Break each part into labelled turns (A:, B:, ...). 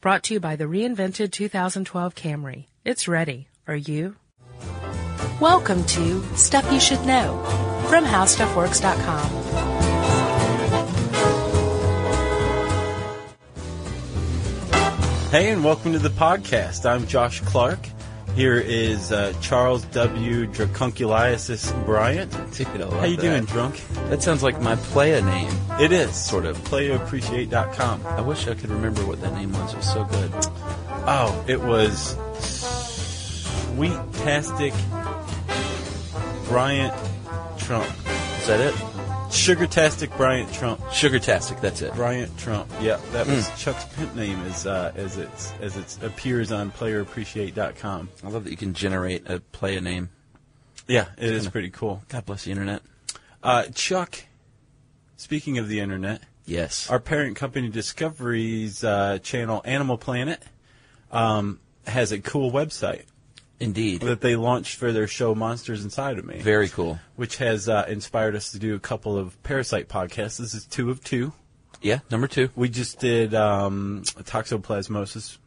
A: Brought to you by the reinvented 2012 Camry. It's ready. Are you? Welcome to Stuff You Should Know from HowStuffWorks.com.
B: Hey, and welcome to the podcast. I'm Josh Clark. Here is uh, Charles W. Dracunculiasis Bryant. How you doing, drunk?
C: That sounds like my playa name.
B: It is
C: Sort of.
B: playappreciate.com.
C: I wish I could remember what that name was. It was so good.
B: Oh, it was sweet-tastic Bryant Trump,
C: Is that it?
B: sugar-tastic Bryant Trump, Mm.
C: Sugar Tastic. That's it.
B: Bryant Trump. Yeah, that was Chuck's pimp name as uh, as it's as it appears on playerappreciate.com.
C: I love that you can generate a playa name.
B: Yeah, it is pretty cool.
C: God bless the internet.
B: Uh, Chuck, speaking of the internet,
C: Yes.
B: our parent company Discovery's uh, channel Animal Planet um, has a cool website
C: Indeed.
B: that they launched for their show Monsters Inside of Me,
C: Very cool.
B: which has uh, inspired us to do a couple of parasite podcasts. This is two of two.
C: Yeah. Number two.
B: We just did um, toxoplasmosis.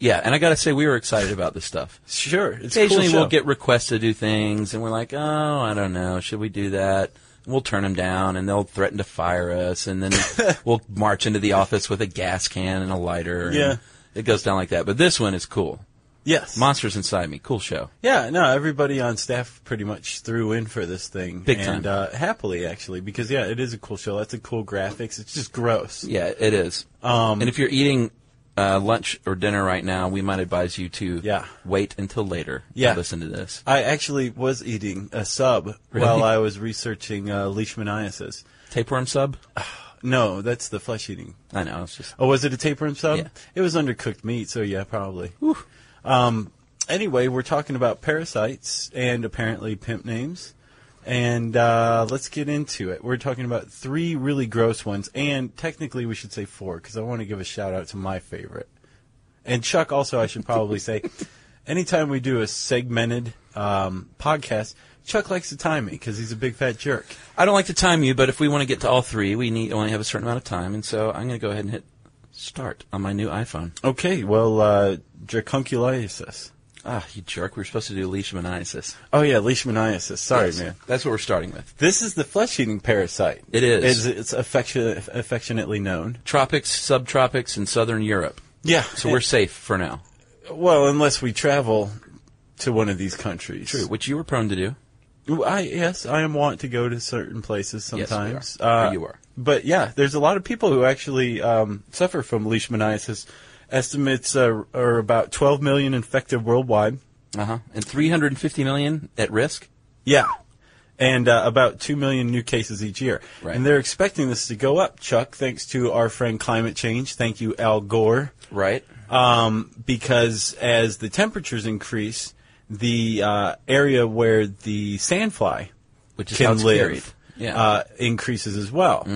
C: Yeah. And I got to say, we were excited about this stuff.
B: Sure, it's a cool
C: Occasionally, we'll
B: show.
C: get requests to do things, and we're like, oh, I don't know. Should we do that? And We'll turn them down, and they'll threaten to fire us, and then we'll march into the office with a gas can and a lighter. and
B: Yeah.
C: It goes down like that. But this one is cool.
B: yes.
C: Monsters Inside Me. Cool show.
B: Yeah, no, everybody on staff pretty much threw in for this thing.
C: Big time.
B: And uh, happily, actually, because, yeah, it is a cool show. That's a cool graphics. It's just gross.
C: Yeah, it is.
B: Um,
C: and if you're eating uh, lunch or dinner right now, we might advise you to
B: Yeah.
C: wait until later. to
B: Yeah.
C: listen to this.
B: I actually was eating a sub
C: Really?
B: while I was researching uh, leishmaniasis.
C: Tapeworm sub.
B: No, that's the flesh eating.
C: I know. It's just
B: Oh, was it a tapeworm sub?
C: Yeah.
B: It was undercooked meat, so yeah, probably. Um, anyway, we're talking about parasites and apparently pimp names. And uh, let's get into it. We're talking about three really gross ones, and technically we should say four because I want to give a shout out to my favorite. And Chuck, also, I should probably say, anytime we do a segmented um, podcast, Chuck likes to time me because he's a big fat jerk.
C: I don't like to time you, but if we want to get to all three, we need only have a certain amount of time, and so I'm going to go ahead and hit start on my new iPhone.
B: Okay, well, uh, dracunculiasis.
C: Ah, you jerk! We were supposed to do leishmaniasis.
B: Oh yeah, leishmaniasis. Sorry,
C: Yes.
B: man.
C: That's what we're starting with.
B: This is the flesh-eating parasite.
C: It is.
B: It's, it's affection, affectionately known.
C: Tropics, subtropics, and southern Europe.
B: Yeah.
C: So we're safe for now.
B: well, unless we travel to one of these countries.
C: True, which you were prone to do.
B: Ooh, I yes, I am want to go to certain places
C: we are.
B: sometimes. Uh,
C: Or you are.
B: But yeah, there's a lot of people who actually um, suffer from leishmaniasis. Estimates uh, are about 12 million infected worldwide.
C: Uh huh. And 350 million at risk.
B: Yeah. And uh, about 2 million new cases each year.
C: Right.
B: And they're expecting this to go up, Chuck, thanks to our friend climate change. Thank you, Al Gore.
C: Right.
B: Um, because as the temperatures increase, the uh, area where the sandfly
C: Which is how
B: can
C: it's carried.
B: live
C: Yeah. Mm-hmm.
B: uh, increases as well.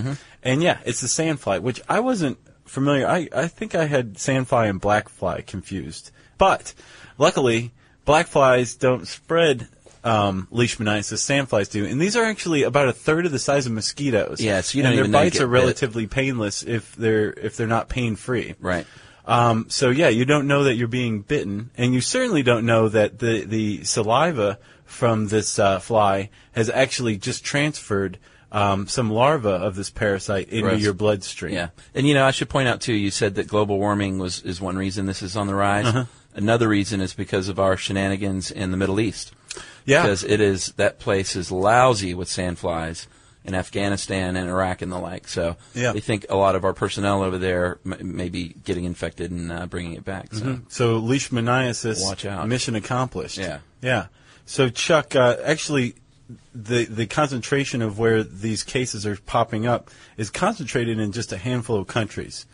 B: And yeah, it's the sandfly, which I wasn't familiar. I, I think I had sandfly and blackfly confused. But luckily, blackflies don't spread um, leishmaniasis, sandflies do. And these are actually about a third of the size of mosquitoes.
C: Yeah, so you
B: and
C: don't
B: their
C: even know you
B: bites
C: get
B: are
C: bit.
B: relatively painless if they're if they're not pain free.
C: Right.
B: Um, so yeah, you don't know that you're being bitten, and you certainly don't know that the the saliva from this uh, fly has actually just transferred um, some larva of this parasite into
C: Gross.
B: your bloodstream.
C: Yeah. And you know, I should point out too. You said that global warming was is one reason this is on the rise.
B: Uh-huh.
C: Another reason is because of our shenanigans in the Middle East.
B: Yeah.
C: Because it is that place is lousy with sandflies in Afghanistan and Iraq and the like. So
B: Yeah.
C: they think a lot of our personnel over there m- may be getting infected and uh, bringing it back. So
B: So leishmaniasis.
C: Watch out.
B: Mission accomplished.
C: Yeah.
B: Yeah. So Chuck, uh, actually, the the concentration of where these cases are popping up is concentrated in just a handful of countries.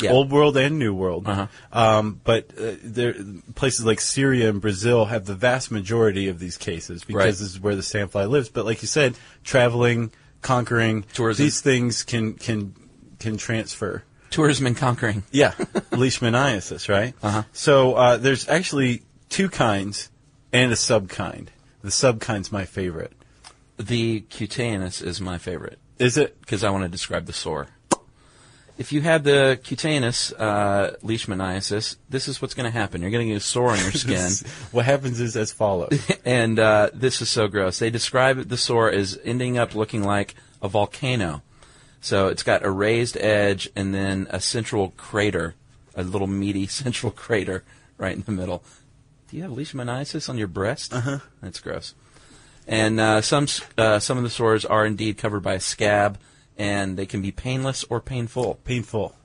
C: Yeah.
B: Old world and new world,
C: Uh-huh.
B: um, but uh, there places like Syria and Brazil have the vast majority of these cases because
C: Right.
B: this is where the sandfly lives. But like you said, traveling, conquering,
C: Tourism.
B: these things can can can transfer.
C: tourism and conquering.
B: Yeah, leishmaniasis, right?
C: Uh-huh.
B: So uh, there's actually two kinds and a subkind. The subkind's my favorite.
C: The cutaneous is my favorite.
B: Is it?
C: because I want to describe the sore. if you have the cutaneous uh, leishmaniasis, this is what's going to happen. You're going to get a sore on your skin.
B: what happens is as follows.
C: and uh, this is so gross. They describe the sore as ending up looking like a volcano. So it's got a raised edge and then a central crater, a little meaty central crater right in the middle. Do you have leishmaniasis on your breast? Uh
B: Uh-huh.
C: huh. That's gross. And uh, some s- uh, some of the sores are indeed covered by a scab, and they can be painless or painful.
B: Painful.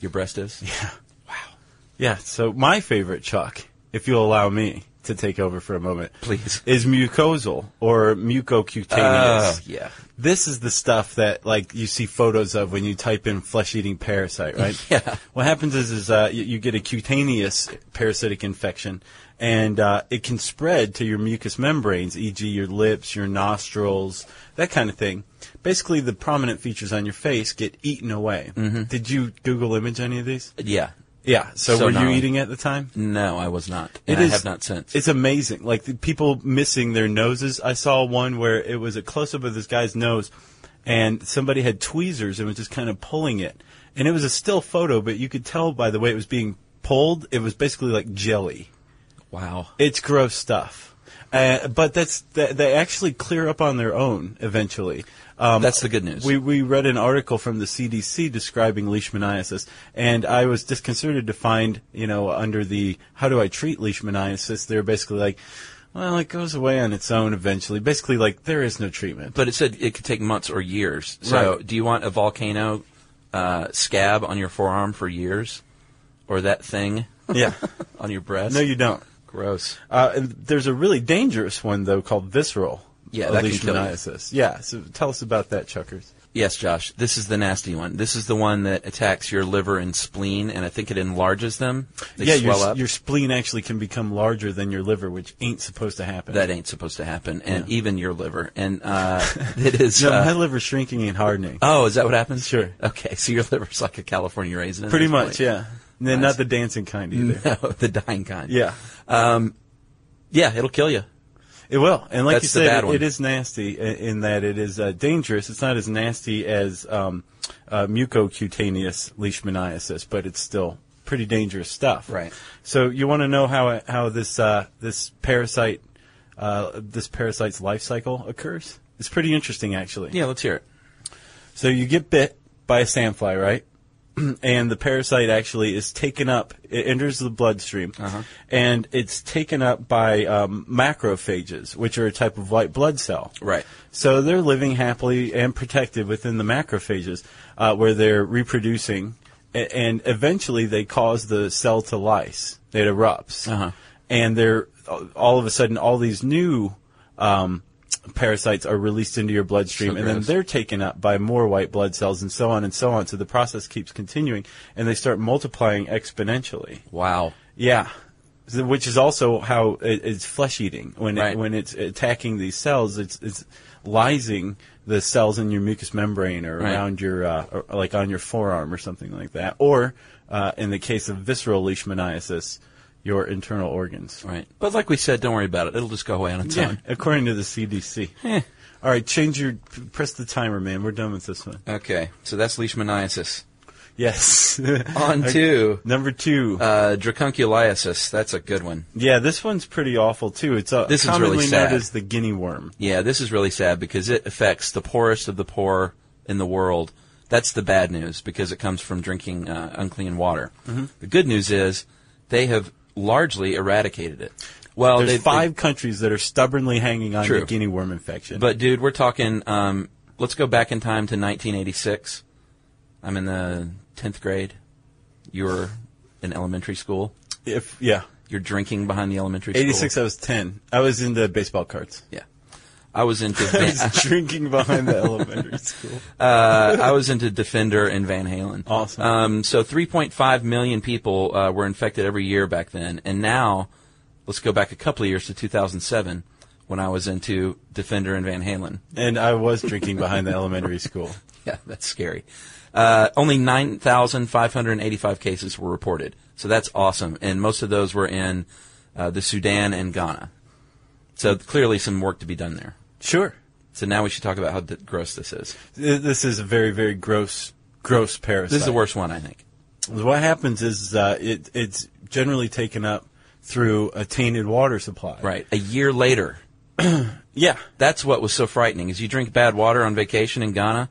C: Your breast is.
B: Yeah. Wow. Yeah. So my favorite, Chuck, if you'll allow me to take over for a moment,
C: Please.
B: is mucosal or mucocutaneous.
C: Uh, yeah.
B: This is the stuff that like you see photos of when you type in flesh-eating parasite, right?
C: Yeah.
B: What happens is is uh, you, you get a cutaneous parasitic infection, and uh, it can spread to your mucous membranes, e.g., your lips, your nostrils, that kind of thing. Basically, the prominent features on your face get eaten away.
C: Mm-hmm.
B: Did you Google image any of these?
C: Yeah.
B: Yeah. So,
C: So
B: were
C: gnarly.
B: you eating at the time?
C: No, I was not.
B: It
C: And I
B: is-
C: have not since.
B: It's amazing. Like the people missing their noses. I saw one where it was a close up of this guy's nose and somebody had tweezers and was just kind of pulling it. And it was a still photo, but you could tell by the way it was being pulled, it was basically like jelly.
C: wow.
B: It's gross stuff. Uh, but that's they, they actually clear up on their own eventually. Um,
C: That's the good news.
B: we, we read an article from the CDC describing leishmaniasis, and I was disconcerted to find, you know, under the how do I treat leishmaniasis, they're basically like, well, it goes away on its own eventually. Basically, like, there is no treatment.
C: But it said it could take months or years. So,
B: Right.
C: do you want a volcano uh, scab on your forearm for years, or that thing
B: yeah.
C: on your breast?
B: No, you don't.
C: Gross.
B: Uh, and there's a really dangerous one, though, called visceral
C: Yeah,
B: uh,
C: that can kill you.
B: leishmaniasis. Yeah, so tell us about that, Chuckers.
C: Yes, Josh. This is the nasty one. This is the one that attacks your liver and spleen, and I think it enlarges them. They
B: yeah, your,
C: swell
B: s-
C: up.
B: your spleen actually can become larger than your liver, which ain't supposed to happen.
C: that ain't supposed to happen, and even your liver. And uh, it is.
B: no,
C: uh,
B: my liver's shrinking and hardening.
C: oh, is that what happens?
B: Sure.
C: Okay, so your liver's like a California raisin. at
B: Pretty
C: this
B: much,
C: point.
B: yeah. And then
C: Nice.
B: not the dancing kind either.
C: No, the dying kind.
B: Yeah,
C: Yeah, it'll kill you.
B: it will. And like
C: That's
B: you said,
C: the bad
B: it-
C: one.
B: it is nasty in, in that it is uh, dangerous. It's not as nasty as um, uh, mucocutaneous leishmaniasis, but it's still pretty dangerous stuff.
C: Right.
B: So you want to know how it- how this uh, this parasite uh, this parasite's life cycle occurs? It's pretty interesting, actually.
C: Yeah, let's hear it.
B: So you get bit by a sandfly, right? and the parasite actually is taken up. It enters the bloodstream,
C: Uh-huh.
B: and it's taken up by um, macrophages, which are a type of white blood cell.
C: Right.
B: So they're living happily and protected within the macrophages, uh, where they're reproducing, a- and eventually they cause the cell to lyse. It erupts,
C: Uh-huh.
B: and they're all of a sudden all these new um, parasites are released into your bloodstream,
C: So
B: and then
C: gross.
B: they're taken up by more white blood cells, and so on and so on. So the process keeps continuing, and they start multiplying exponentially.
C: Wow.
B: Yeah, So- which is also how it, it's flesh eating when
C: Right.
B: it, when it's attacking these cells. It's it's lysing the cells in your mucous membrane or
C: Right.
B: around your uh, or, like on your forearm or something like that, or uh, in the case of visceral leishmaniasis, your internal organs.
C: Right. But like we said, don't worry about it. It'll just go away on its
B: Yeah, Eh.
C: own.
B: according to the CDC. All right, change your press the timer, man. We're done with this one.
C: Okay. So that's leishmaniasis.
B: Yes.
C: On to
B: Number two.
C: uh, dracunculiasis. That's a good one.
B: yeah, this one's pretty awful too. It's uh,
C: This is really
B: commonly
C: sad.
B: known as the guinea worm.
C: Yeah, this is really sad because it affects the poorest of the poor in the world. That's the bad news because it comes from drinking uh, unclean water.
B: Mm-hmm.
C: The good news is they have largely eradicated it. Well,
B: There's
C: they've,
B: five countries that are stubbornly hanging on
C: Oh, True.
B: to guinea worm infection.
C: But dude, we're talking. Um, let's go back in time to 1986. I'm in the 10th grade. You were in elementary school.
B: if yeah,
C: You're drinking behind the elementary school.
B: 86, I was 10. I was into baseball cards.
C: Yeah, I was into
B: I
C: Van,
B: was drinking behind the elementary school.
C: uh, I was into Defender and Van Halen.
B: Awesome.
C: Um, so 3.5 million people uh, were infected every year back then, and now let's go back a couple of years to 2007 when I was into Defender and Van Halen.
B: And I was drinking behind the elementary school.
C: Yeah, that's scary. Uh, only 9,585 cases were reported. So that's awesome. And most of those were in uh, the Sudan and Ghana. So clearly some work to be done there.
B: Sure.
C: So now we should talk about how d- gross this is.
B: Th- This is a very, very gross gross parasite.
C: This is the worst one, I think.
B: What happens is uh, it it's generally taken up through a tainted water supply.
C: Right. A year later,
B: Yeah.
C: that's what was so frightening. Is you drink bad water on vacation in Ghana,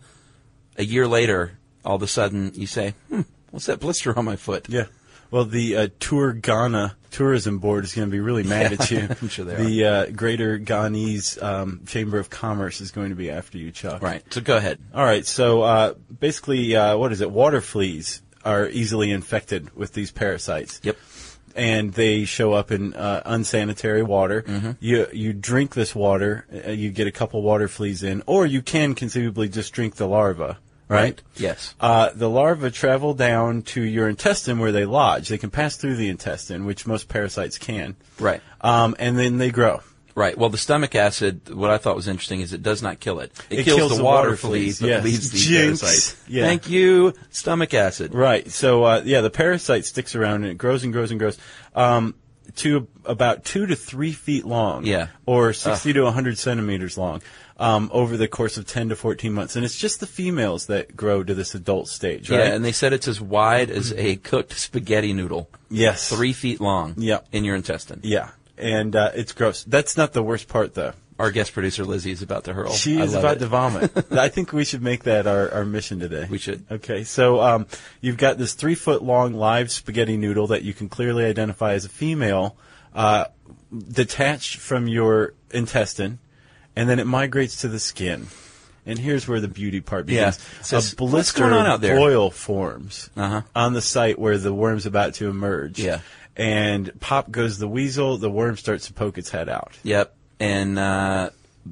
C: a year later, all of a sudden you say, "Hmm, what's that blister on my foot?"
B: Yeah. Well, the uh, Tour Ghana Tourism Board is going to be really mad at you.
C: I'm sure they
B: the uh, Greater Ghanese um, Chamber of Commerce is going to be after you, Chuck.
C: Right. So go ahead.
B: All right. So uh, basically, uh, what is it? Water fleas are easily infected with these parasites.
C: Yep.
B: and they show up in uh, unsanitary water. You you drink this water, uh, you get a couple water fleas in, or you can conceivably just drink the larva, right?
C: Yes.
B: Uh, the larvae travel down to your intestine where they lodge. They can pass through the intestine, which most parasites can.
C: Right.
B: Um, and then they grow.
C: Right. Well, the stomach acid. What I thought was interesting is it does not kill it. It,
B: It
C: kills,
B: kills
C: the,
B: the
C: water,
B: water fleas,
C: fleas, but
B: yes.
C: leaves the
B: Jinx.
C: parasite.
B: Yeah.
C: Thank you, stomach acid.
B: Right. So uh, yeah, the parasite sticks around and it grows and grows and grows. Um, to about two to three feet long,
C: Yeah.
B: or sixty to hundred centimeters long, um, over the course of ten to fourteen months, and it's just the females that grow to this adult stage, right?
C: Yeah, and they said it's as wide as a cooked spaghetti noodle,
B: yes,
C: three feet long.
B: Yep.
C: In your intestine.
B: yeah, and uh, it's gross. That's not the worst part, though.
C: Our guest producer Lizzie is about to hurl.
B: She
C: I
B: is
C: love
B: about
C: it.
B: to vomit. I think we should make that our, our mission today.
C: We should.
B: Okay, so um, you've got this three foot long live spaghetti noodle that you can clearly identify as a female, uh, detached from your intestine, and then it migrates to the skin. And here's where the beauty part begins.
C: Yeah. It says,
B: a
C: "What's
B: blister
C: going on out there?"
B: of oil forms
C: Uh-huh.
B: on the site where the worm's about to emerge.
C: Yeah.
B: And pop goes the weasel. The worm starts to poke its head out.
C: Yep. And uh,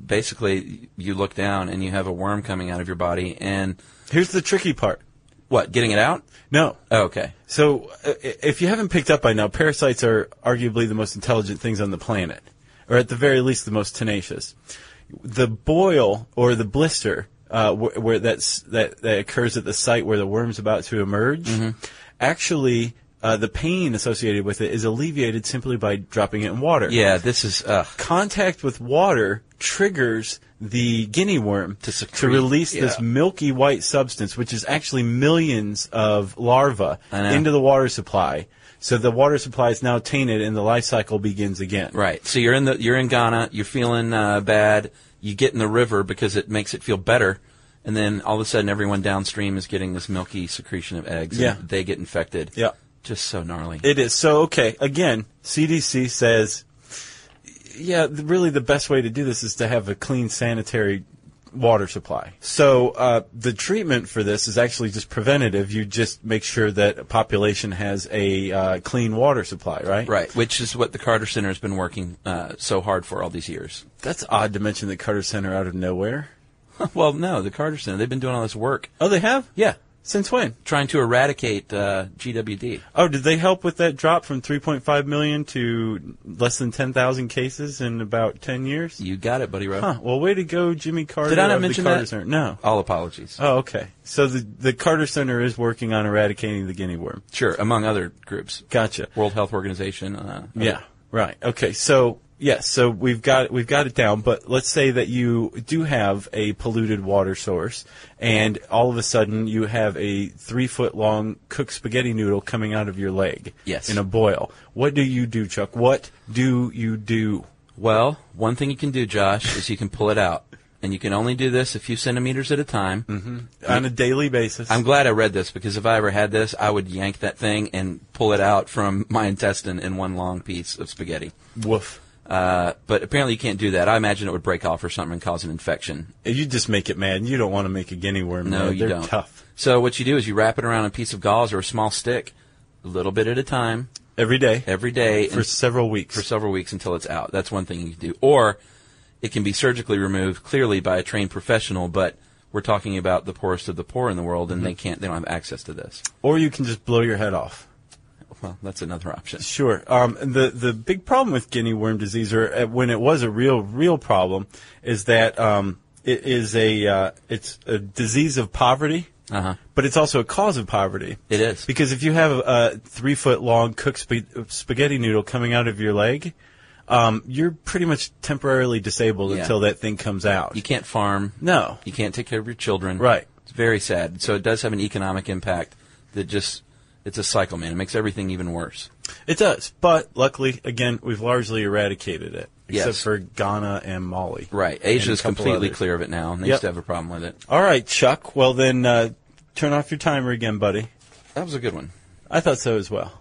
C: basically, you look down and you have a worm coming out of your body, and
B: Here's the tricky part.
C: what? Getting it out?
B: No,
C: Oh, okay.
B: So, uh, i- if you haven't picked up by now, parasites are arguably the most intelligent things on the planet, or at the very least, the most tenacious. The boil or the blister, uh, wh- where that's that that occurs at the site where the worm's about to emerge, actually. Uh, the pain associated with it is alleviated simply by dropping it in water.
C: Yeah. This is. Uh,
B: Contact with water triggers the guinea worm
C: To secrete,
B: release this
C: yeah.
B: milky white substance, which is actually millions of larvae
C: I know.
B: into the water supply. So the water supply is now tainted, and the life cycle begins again.
C: Right. So you're in the you're in Ghana. You're feeling uh, bad. You get in the river because it makes it feel better, and then all of a sudden everyone downstream is getting this milky secretion of eggs. and
B: Yeah.
C: They get infected.
B: Yeah.
C: Just so gnarly.
B: It is so okay. Again, CDC says, yeah, th- really the best way to do this is to have a clean sanitary water supply. So uh, the treatment for this is actually just preventative. You just make sure that a population has a uh, clean water supply, right?
C: right. Which is what the Carter Center has been working uh, so hard for all these years.
B: That's odd to mention the Carter Center out of nowhere.
C: well, no, the Carter Center. They've been doing all this work.
B: Oh, they have?
C: Yeah.
B: Since when?
C: Trying to eradicate uh, GWD.
B: Oh, did they help with that drop from 3.5 million to less than 10,000 cases in about 10 years?
C: You got it, buddy. Rowe.
B: Huh. Well, way to go, Jimmy Carter.
C: Did I not
B: of
C: mention
B: the Carter
C: that?
B: Center. No.
C: All apologies.
B: Oh, okay. So the the Carter Center is working on eradicating the guinea worm.
C: sure. Among other groups.
B: Gotcha.
C: World Health Organization. Uh,
B: Yeah. Right. Okay. So yes. so we've got we've got it down. But let's say that you do have a polluted water source, and all of a sudden you have a three foot long cooked spaghetti noodle coming out of your leg.
C: Yes.
B: In a boil. What do you do, Chuck? What do you do?
C: Well, one thing you can do, Josh, is you can pull it out. And you can only do this a few centimeters at a time. Mm-hmm.
B: On a daily basis.
C: I'm glad I read this because if I ever had this, I would yank that thing and pull it out from my intestine in one long piece of spaghetti.
B: woof.
C: Uh, but apparently you can't do that. I imagine it would break off or something and cause an infection.
B: You just make it mad. You don't want to make a guinea worm.
C: No,
B: mad.
C: you
B: They're
C: don't.
B: tough.
C: So what you do is you wrap it around a piece of gauze or a small stick, a little bit at a time,
B: Every day.
C: every day,
B: for
C: and-
B: several weeks.
C: for several weeks until it's out. That's one thing you can do. Or it can be surgically removed clearly by a trained professional, but we're talking about the poorest of the poor in the world and they can't they don't have access to this.
B: or you can just blow your head off.
C: Well, that's another option.
B: Sure. Um, the the big problem with guinea worm disease, or uh, when it was a real real problem, is that um, it is a uh, it's a disease of poverty,
C: Uh-huh.
B: but it's also a cause of poverty.
C: It is.
B: because if you have a three foot long cooked sp- spaghetti noodle coming out of your leg, um, you're pretty much temporarily disabled
C: Yeah.
B: until that thing comes out.
C: You can't farm.
B: no.
C: You can't take care of your children.
B: Right.
C: It's Very sad. So it does have an economic impact that just, it's a cycle, man. It makes everything even worse.
B: It does, but luckily, again, we've largely eradicated it,
C: Yes.
B: except for Ghana and Mali.
C: Right.
B: And a
C: Asia's
B: couple
C: completely
B: others.
C: clear of it now, and they
B: Yep.
C: used to have a problem with it.
B: All right, Chuck. Well, then uh, turn off your timer again, buddy.
C: That was a good one.
B: I thought so as well.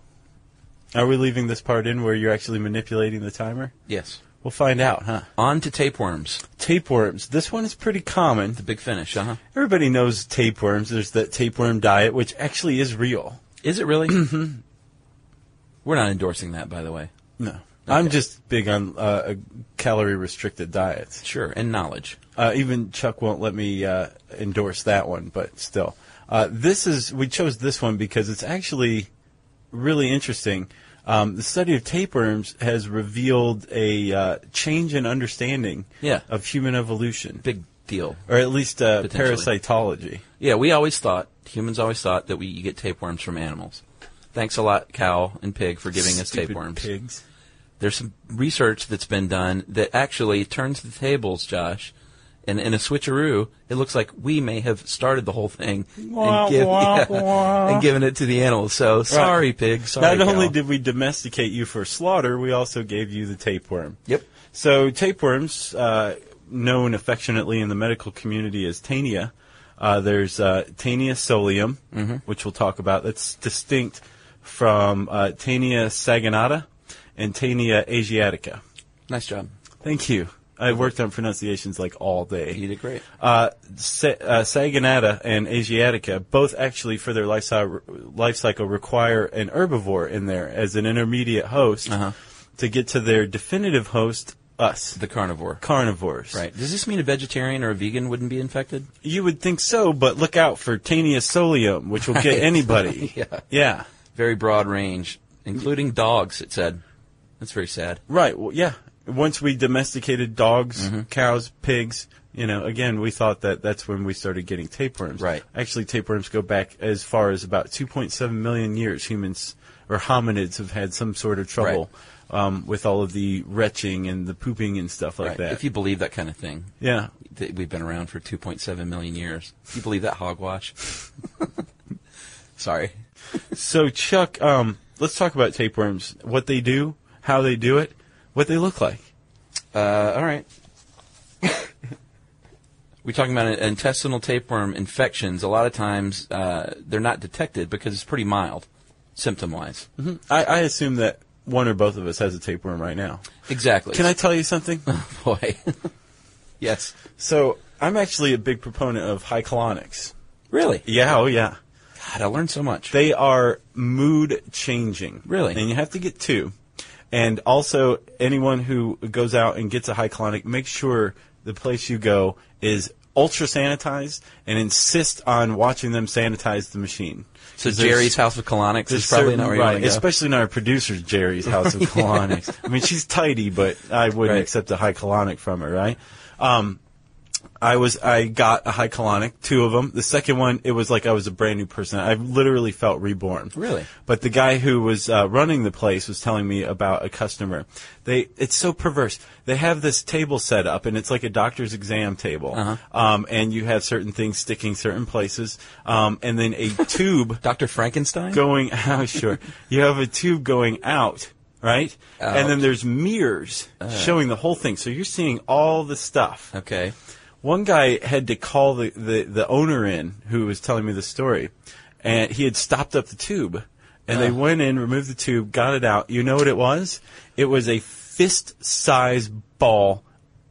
B: Are we leaving this part in where you're actually manipulating the timer?
C: Yes.
B: We'll find out, huh?
C: On to tapeworms.
B: Tapeworms. This one is pretty common.
C: The big finish, uh huh.
B: Everybody knows tapeworms. There's that tapeworm diet, which actually is real.
C: Is it really?
B: Mm-hmm.
C: We're not endorsing that, by the way.
B: No. I'm
C: Okay.
B: just big on uh, calorie restricted diets.
C: Sure. And knowledge.
B: Uh, even Chuck won't let me uh, endorse that one, but still, uh, this is we chose this one because it's actually really interesting. Um, the study of tapeworms has revealed a uh, change in understanding
C: Yeah.
B: of human evolution,
C: Big deal.
B: or at least uh,
C: Potentially.
B: parasitology.
C: Yeah, we always thought, humans always thought that we you get tapeworms from animals. Thanks a lot, cow and pig, for giving us
B: Stupid
C: tapeworms.
B: Pigs.
C: There's some research that's been done that actually turns the tables, Josh. And in a switcheroo, it looks like we may have started the whole thing
B: Wah,
C: and, give-
B: wah,
C: yeah,
B: wah.
C: and given it to the animals. So sorry, pig. Sorry,
B: Not only
C: cow.
B: did we domesticate you for slaughter, we also gave you the tapeworm.
C: Yep.
B: So tapeworms, uh, known affectionately in the medical community as tania, uh, there's uh, tania solium,
C: Mm-hmm.
B: which we'll talk about. That's distinct from uh, tania saginata and tania asiatica.
C: Nice job.
B: Thank you. I worked on pronunciations like all day.
C: You did great.
B: Uh, Sa- uh, Saginata and Asiatica both actually, for their life cycle, life cycle, require an herbivore in there as an intermediate host
C: Uh-huh.
B: to get to their definitive host, us,
C: The carnivore.
B: carnivores.
C: Right. Does this mean a vegetarian or a vegan wouldn't be infected?
B: You would think so, but look out for Tania solium, which will get
C: Right.
B: anybody.
C: Yeah.
B: Yeah.
C: Very broad range, including dogs, it said. That's very sad.
B: Right. Well, yeah. Once we domesticated dogs,
C: Mm-hmm.
B: cows, pigs, you know, again, we thought that that's when we started getting tapeworms.
C: Right.
B: Actually, tapeworms go back as far as about 2.7 million years. Humans or hominids have had some sort of trouble um, with all of the retching and the pooping and stuff like
C: right.
B: that.
C: If you believe that kind of thing.
B: yeah.
C: that we've been around for 2.7 million years. You believe that hogwash? Sorry.
B: So, Chuck, um, let's talk about tapeworms. What they do, how they do it, what they look like.
C: Uh, all right. We're talking about an intestinal tapeworm infections. A lot of times uh, they're not detected because it's pretty mild, symptom wise.
B: I, I assume that one or both of us has a tapeworm right now.
C: Exactly.
B: Mm-hmm. Can I tell you something?
C: Boy. yes.
B: So I'm actually a big proponent of high colonics.
C: Really?
B: Yeah, oh yeah.
C: God, I learned so much.
B: They are mood changing.
C: Really?
B: And you have to get two. And also, anyone who goes out and gets a high colonic, make sure the place you go is ultra sanitized and insist on watching them sanitize the machine.
C: so
B: 'Cause there's-
C: Jerry's House of Colonics
B: there's
C: is probably
B: certain-
C: not where you
B: right,
C: want to go.
B: especially not our producer Jerry's house of colonics. I mean, she's tidy, but I wouldn't
C: Right.
B: accept a high colonic from her, right? Um, I was I got a high colonic, two of them. The second one, it was like I was a brand new person. I literally felt reborn.
C: Really?
B: But the guy who was uh, running the place was telling me about a customer. They it's so perverse. They have this table set up, and it's like a doctor's exam table.
C: Uh-huh.
B: Um, and you have certain things sticking certain places, um, and then a tube
C: Dr. Frankenstein?
B: going out. Sure, you have a tube going out, right? And then
C: Out.
B: there's mirrors showing the whole thing, so you're seeing all the stuff.
C: Okay.
B: One guy had to call the, the the owner in who was telling me the story, and he had stopped up the tube, and they went in, removed the tube, got it out. You know what it was? It was a fist-sized ball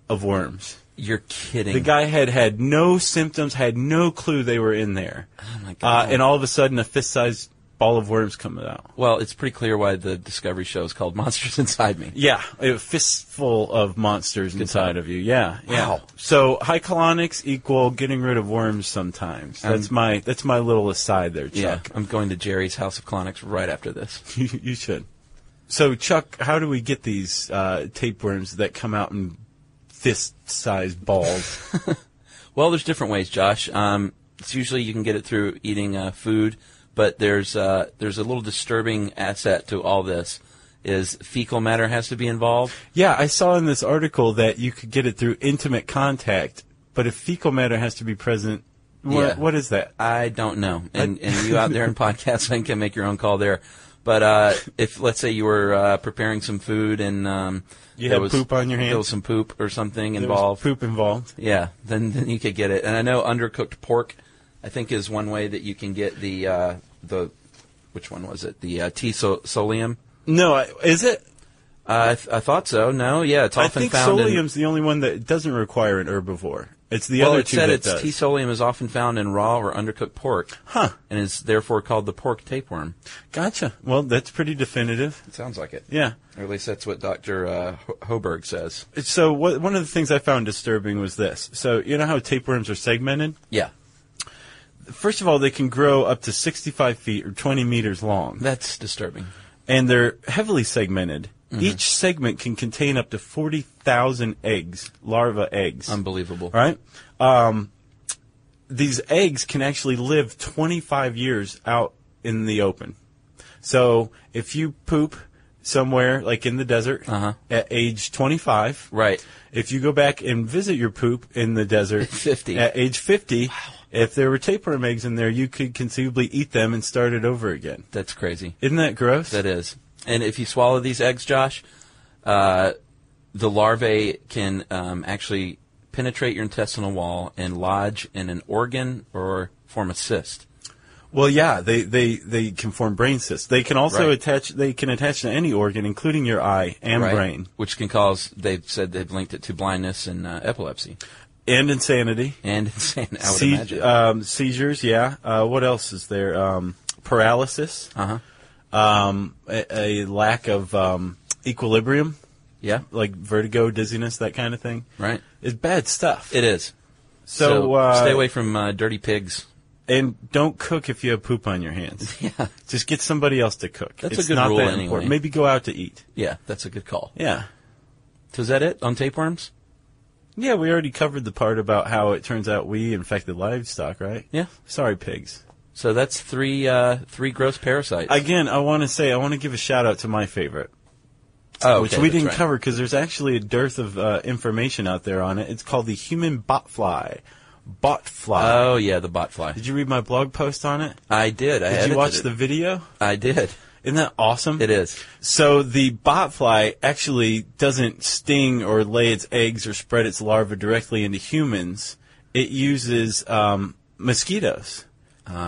B: of worms.
C: You're kidding.
B: The guy had had no symptoms, had no clue they were in there. Oh
C: my God.
B: Uh, and all of a sudden, a fist-sized ball of worms comes out.
C: Well, it's pretty clear why the Discovery show is called Monsters Inside Me.
B: Yeah, a fistful of monsters inside
C: time.
B: of you. Yeah, yeah.
C: Wow.
B: So high colonics equal getting rid of worms. Sometimes that's my that's my little aside there,
C: Yeah,
B: Chuck.
C: I'm going to Jerry's House of Clonics right after this.
B: you, you should. So Chuck, how do we get these uh, tapeworms that come out in fist-sized balls?
C: Well, there's different ways, Josh. Um, it's usually you can get it through eating uh, food, but there's uh, there's a little disturbing asset to all this is fecal matter has to be involved.
B: yeah, I saw in this article that you could get it through intimate contact, but if fecal matter has to be present. What,
C: Yeah.
B: what is that?
C: I don't know. And, and you out there in podcasting can make your own call there. But uh, if, let's say, you were uh, preparing some food and um,
B: You
C: there
B: had
C: was-
B: poop on your
C: There
B: hands?
C: was some poop or something
B: There was
C: involved.
B: poop involved.
C: Yeah, then, then you could get it. And I know undercooked pork, I think, is one way that you can get the, uh, the which one was it? The uh, T solium?
B: No, I- is it?
C: Uh, I, th- I thought so. No, yeah, it's
B: I
C: often
B: think
C: found in.
B: solium's the only one that doesn't require an herbivore. It's the
C: well,
B: other
C: it
B: two
C: said
B: that
C: its
B: does.
C: T solium is often found in raw or undercooked pork.
B: Huh.
C: And is therefore called the pork tapeworm.
B: gotcha. Well, that's pretty definitive.
C: It sounds like it.
B: Yeah.
C: Or at least that's what Dr. Uh, Ho- Hoberg says.
B: So what, one of the things I found disturbing was this. So you know how tapeworms are segmented?
C: Yeah.
B: First of all, they can grow up to 65 feet or 20 meters long.
C: That's disturbing.
B: and they're heavily segmented.
C: Mm-hmm.
B: Each segment can contain up to 40,000 eggs, larva eggs.
C: Unbelievable.
B: All right? Um, these eggs can actually live 25 years out in the open. So if you poop somewhere, like in the desert,
C: Uh-huh.
B: at age 25,
C: Right.
B: if you go back and visit your poop in the desert
C: 50.
B: at age 50, if there were tapeworm eggs in there, you could conceivably eat them and start it over again.
C: That's crazy.
B: Isn't that gross?
C: That is. And if you swallow these eggs, Josh, uh, the larvae can um, actually penetrate your intestinal wall and lodge in an organ or form a cyst.
B: Well, yeah, they, they, they can form brain cysts. They can also
C: Right.
B: attach. They can attach to any organ, including your eye and
C: right?
B: brain,
C: Which can cause, they've said they've linked it to blindness and uh, epilepsy.
B: and insanity,
C: And insanity, I would
B: Sei-
C: imagine.
B: um, seizures. Yeah. Uh, what else is there? Um, paralysis.
C: uh-huh.
B: Um, a, a lack of um, equilibrium,
C: Yeah,
B: like vertigo, dizziness, that kind of thing.
C: right.
B: It's bad stuff.
C: It is.
B: so uh,
C: stay away from uh, dirty pigs.
B: and don't cook if you have poop on your hands.
C: Yeah.
B: Just get somebody else to cook.
C: That's a
B: it's
C: good
B: not
C: rule
B: that
C: anyway.
B: important. Maybe go out to eat.
C: Yeah, that's a good call.
B: Yeah.
C: So is that it on tapeworms?
B: Yeah, we already covered the part about how it turns out we infected livestock, right?
C: Yeah.
B: Sorry, pigs.
C: So that's three uh, three gross parasites.
B: Again, I want to say, I want to give a shout out to my favorite,
C: oh,
B: which
C: okay,
B: we
C: that's
B: didn't
C: right.
B: cover because there's actually a dearth of uh, information out there on it. It's called the human botfly. Botfly.
C: Oh yeah, the botfly.
B: did you read my blog post on it?
C: I did. I
B: Did you
C: edited
B: watch
C: it.
B: the video?
C: I did.
B: Isn't that awesome?
C: It is.
B: So the botfly actually doesn't sting or lay its eggs or spread its larvae directly into humans. It uses um, mosquitoes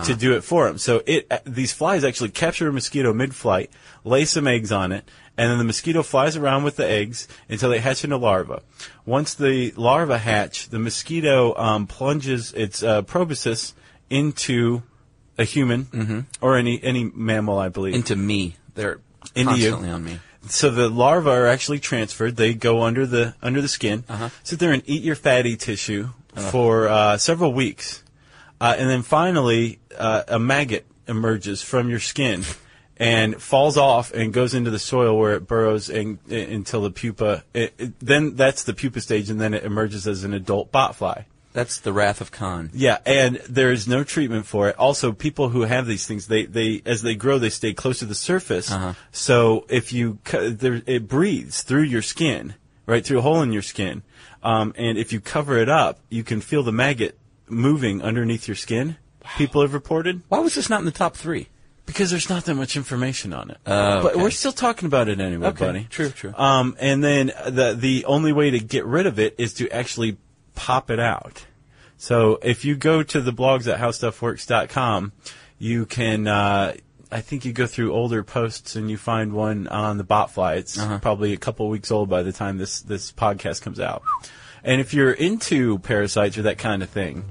B: to do it for them. So it uh, these flies actually capture a mosquito mid-flight, lay some eggs on it, and then the mosquito flies around with the eggs until they hatch into larvae. Once the larvae hatch, the mosquito um, plunges its uh, proboscis into a human or any any mammal, I believe.
C: Into me. They're
B: Into you.
C: constantly on me.
B: So the larvae are actually transferred. They go under the under the skin, sit there and eat your fatty tissue for uh, several weeks, uh, and then finally uh, a maggot emerges from your skin and falls off and goes into the soil where it burrows and, i- until the pupa. It, it- then that's the pupa stage, and then it emerges as an adult botfly.
C: That's the wrath of Khan.
B: Yeah, and there is no treatment for it. Also, people who have these things, they, they as they grow, they stay close to the surface.
C: Uh-huh.
B: So if you co- there, it breathes through your skin, right through a hole in your skin, um, and if you cover it up, you can feel the maggot moving underneath your skin. People have reported
C: Why was this not in the top three?
B: because there's not that much information on it.
C: Oh,
B: But
C: okay.
B: we're still talking about it anyway,
C: Okay,
B: buddy.
C: true, true.
B: Um, and then the the only way to get rid of it is to actually pop it out. So if you go to the blogs at howstuffworks.com, you can. Uh, I think you go through older posts and you find one on the botfly. It's probably a couple weeks old by the time this this podcast comes out. And if you're into parasites or that kind of thing,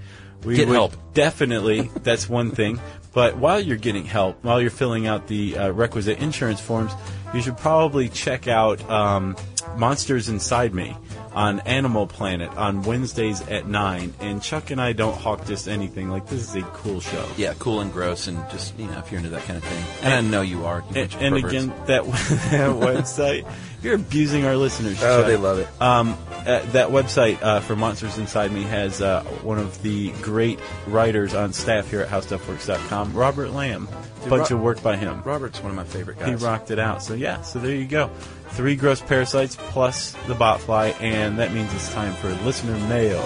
B: we
C: Get
B: would
C: help.
B: Definitely, that's one thing. But while you're getting help, while you're filling out the uh, requisite insurance forms, you should probably check out um, Monsters Inside Me on Animal Planet on Wednesdays at 9. And Chuck and I don't hawk this anything. Like, this is a cool show.
C: Yeah, cool and gross, and just you know, if you're into that kind of thing, and, I know you are. you
B: And,
C: bunch of
B: and
C: perverts.
B: again, that, that website, you're abusing our listeners.
C: oh,
B: Chuck.
C: they love it.
B: Um, uh, that website uh, for Monsters Inside Me has uh, one of the great writers on staff here at HowStuffWorks.com, Robert Lamb. Bunch
C: Ro-
B: of work by him.
C: Robert's one of my favorite
B: He
C: guys.
B: rocked it out. So yeah, so there you go. Three gross parasites plus the botfly, and that means it's time for listener mail.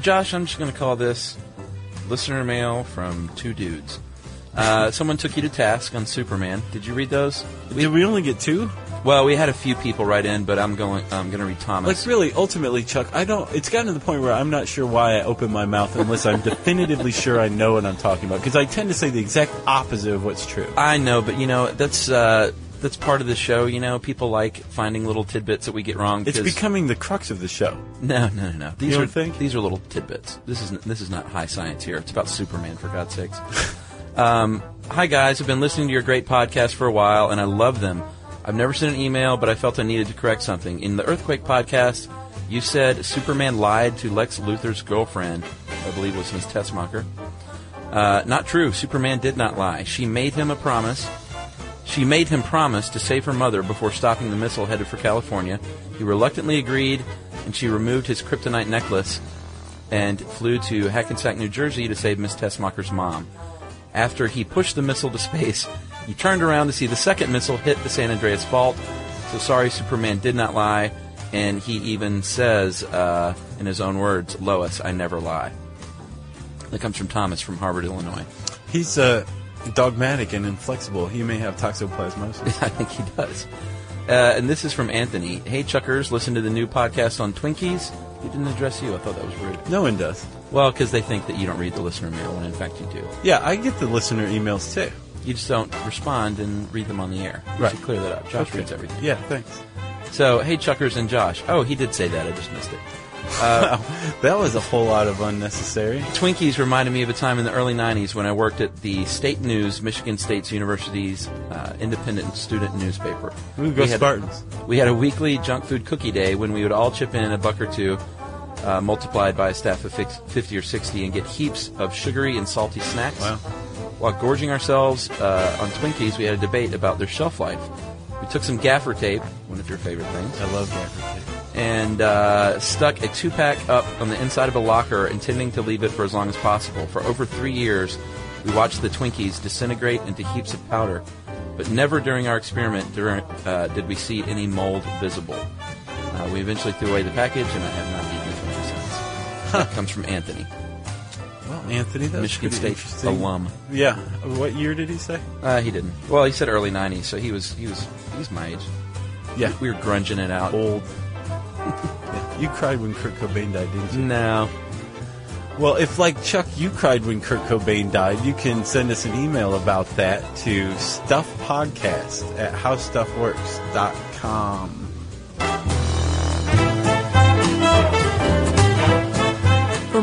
C: Josh, I'm just going to call this listener mail from two dudes. Uh, someone took you to task on Superman. Did you read those?
B: Did we only get two?
C: Well, we had a few people write in, but I'm going. I'm going to read Thomas.
B: Like really, ultimately, Chuck, I don't. It's gotten to the point where I'm not sure why I open my mouth unless I'm definitively sure I know what I'm talking about. Because I tend to say the exact opposite of what's true.
C: I know, but you know that's uh, that's part of the show. You know, people like finding little tidbits that we get wrong.
B: It's
C: 'cause-
B: becoming the crux of the show.
C: no, no, no, no. These
B: don't
C: are
B: think?
C: these are little tidbits. This is this is not high science here. It's about Superman for God's sakes. um, hi guys, I've been listening to your great podcast for a while, and I love them. I've never sent an email, but I felt I needed to correct something. In the Earthquake podcast, you said Superman lied to Lex Luthor's girlfriend, I believe was Miss Tessmacher. Uh, not true. Superman did not lie. She made him a promise. She made him promise to save her mother before stopping the missile headed for California. He reluctantly agreed, and she removed his kryptonite necklace and flew to Hackensack, New Jersey to save Miss Tessmacher's mom. After he pushed the missile to space, he turned around to see the second missile hit the San Andreas Fault. So sorry, Superman did not lie, and he even says, uh, in his own words, Lois, I never lie. That comes from Thomas from Harvard, Illinois.
B: He's uh, dogmatic and inflexible. He may have toxoplasmosis.
C: I think he does. Uh, and this is from Anthony. Hey, Chuckers, listen to the new podcast on Twinkies. He didn't address you. I thought that was rude.
B: no one does.
C: Well, because they think that you don't read the listener mail, when in fact you do.
B: Yeah, I get the listener emails too.
C: You just don't respond and read them on the air. We
B: Right.
C: should clear that up. Josh
B: Okay.
C: reads everything.
B: Yeah, thanks.
C: So, hey, Chuckers and Josh. Oh, he did say that. I just missed it.
B: Uh, That was a whole lot of unnecessary.
C: Twinkies reminded me of a time in the early 90s when I worked at the State News, Michigan State's University's uh, independent student newspaper.
B: Ooh, go
C: We had-
B: Spartans.
C: We had a weekly junk food cookie day when we would all chip in a buck or two, uh, multiplied by a staff of fix- 50 or 60, and get heaps of sugary and salty snacks.
B: Wow.
C: While gorging ourselves uh, on Twinkies, we had a debate about their shelf life. We took some gaffer tape, one of your favorite things,
B: I love Gaffer
C: and uh, stuck a two pack up on the inside of a locker, intending to leave it for as long as possible. For over three years, we watched the Twinkies disintegrate into heaps of powder, but never during our experiment during, uh, did we see any mold visible. Uh, we eventually threw away the package, and I have not eaten Twinkies since. That comes from Anthony,
B: Tape. Well, Anthony, that's
C: Michigan
B: pretty
C: State
B: interesting.
C: alum.
B: Yeah. What year did he say?
C: Uh, he didn't. Well, he said early '90s, so he was he was he's my age.
B: Yeah.
C: We were grunging it out.
B: old. Yeah, You cried when Kurt Cobain died, didn't you?
C: No,
B: Well, if like Chuck, you cried when Kurt Cobain died, you can send us an email about that to stuffpodcast at howstuffworks.com.
A: For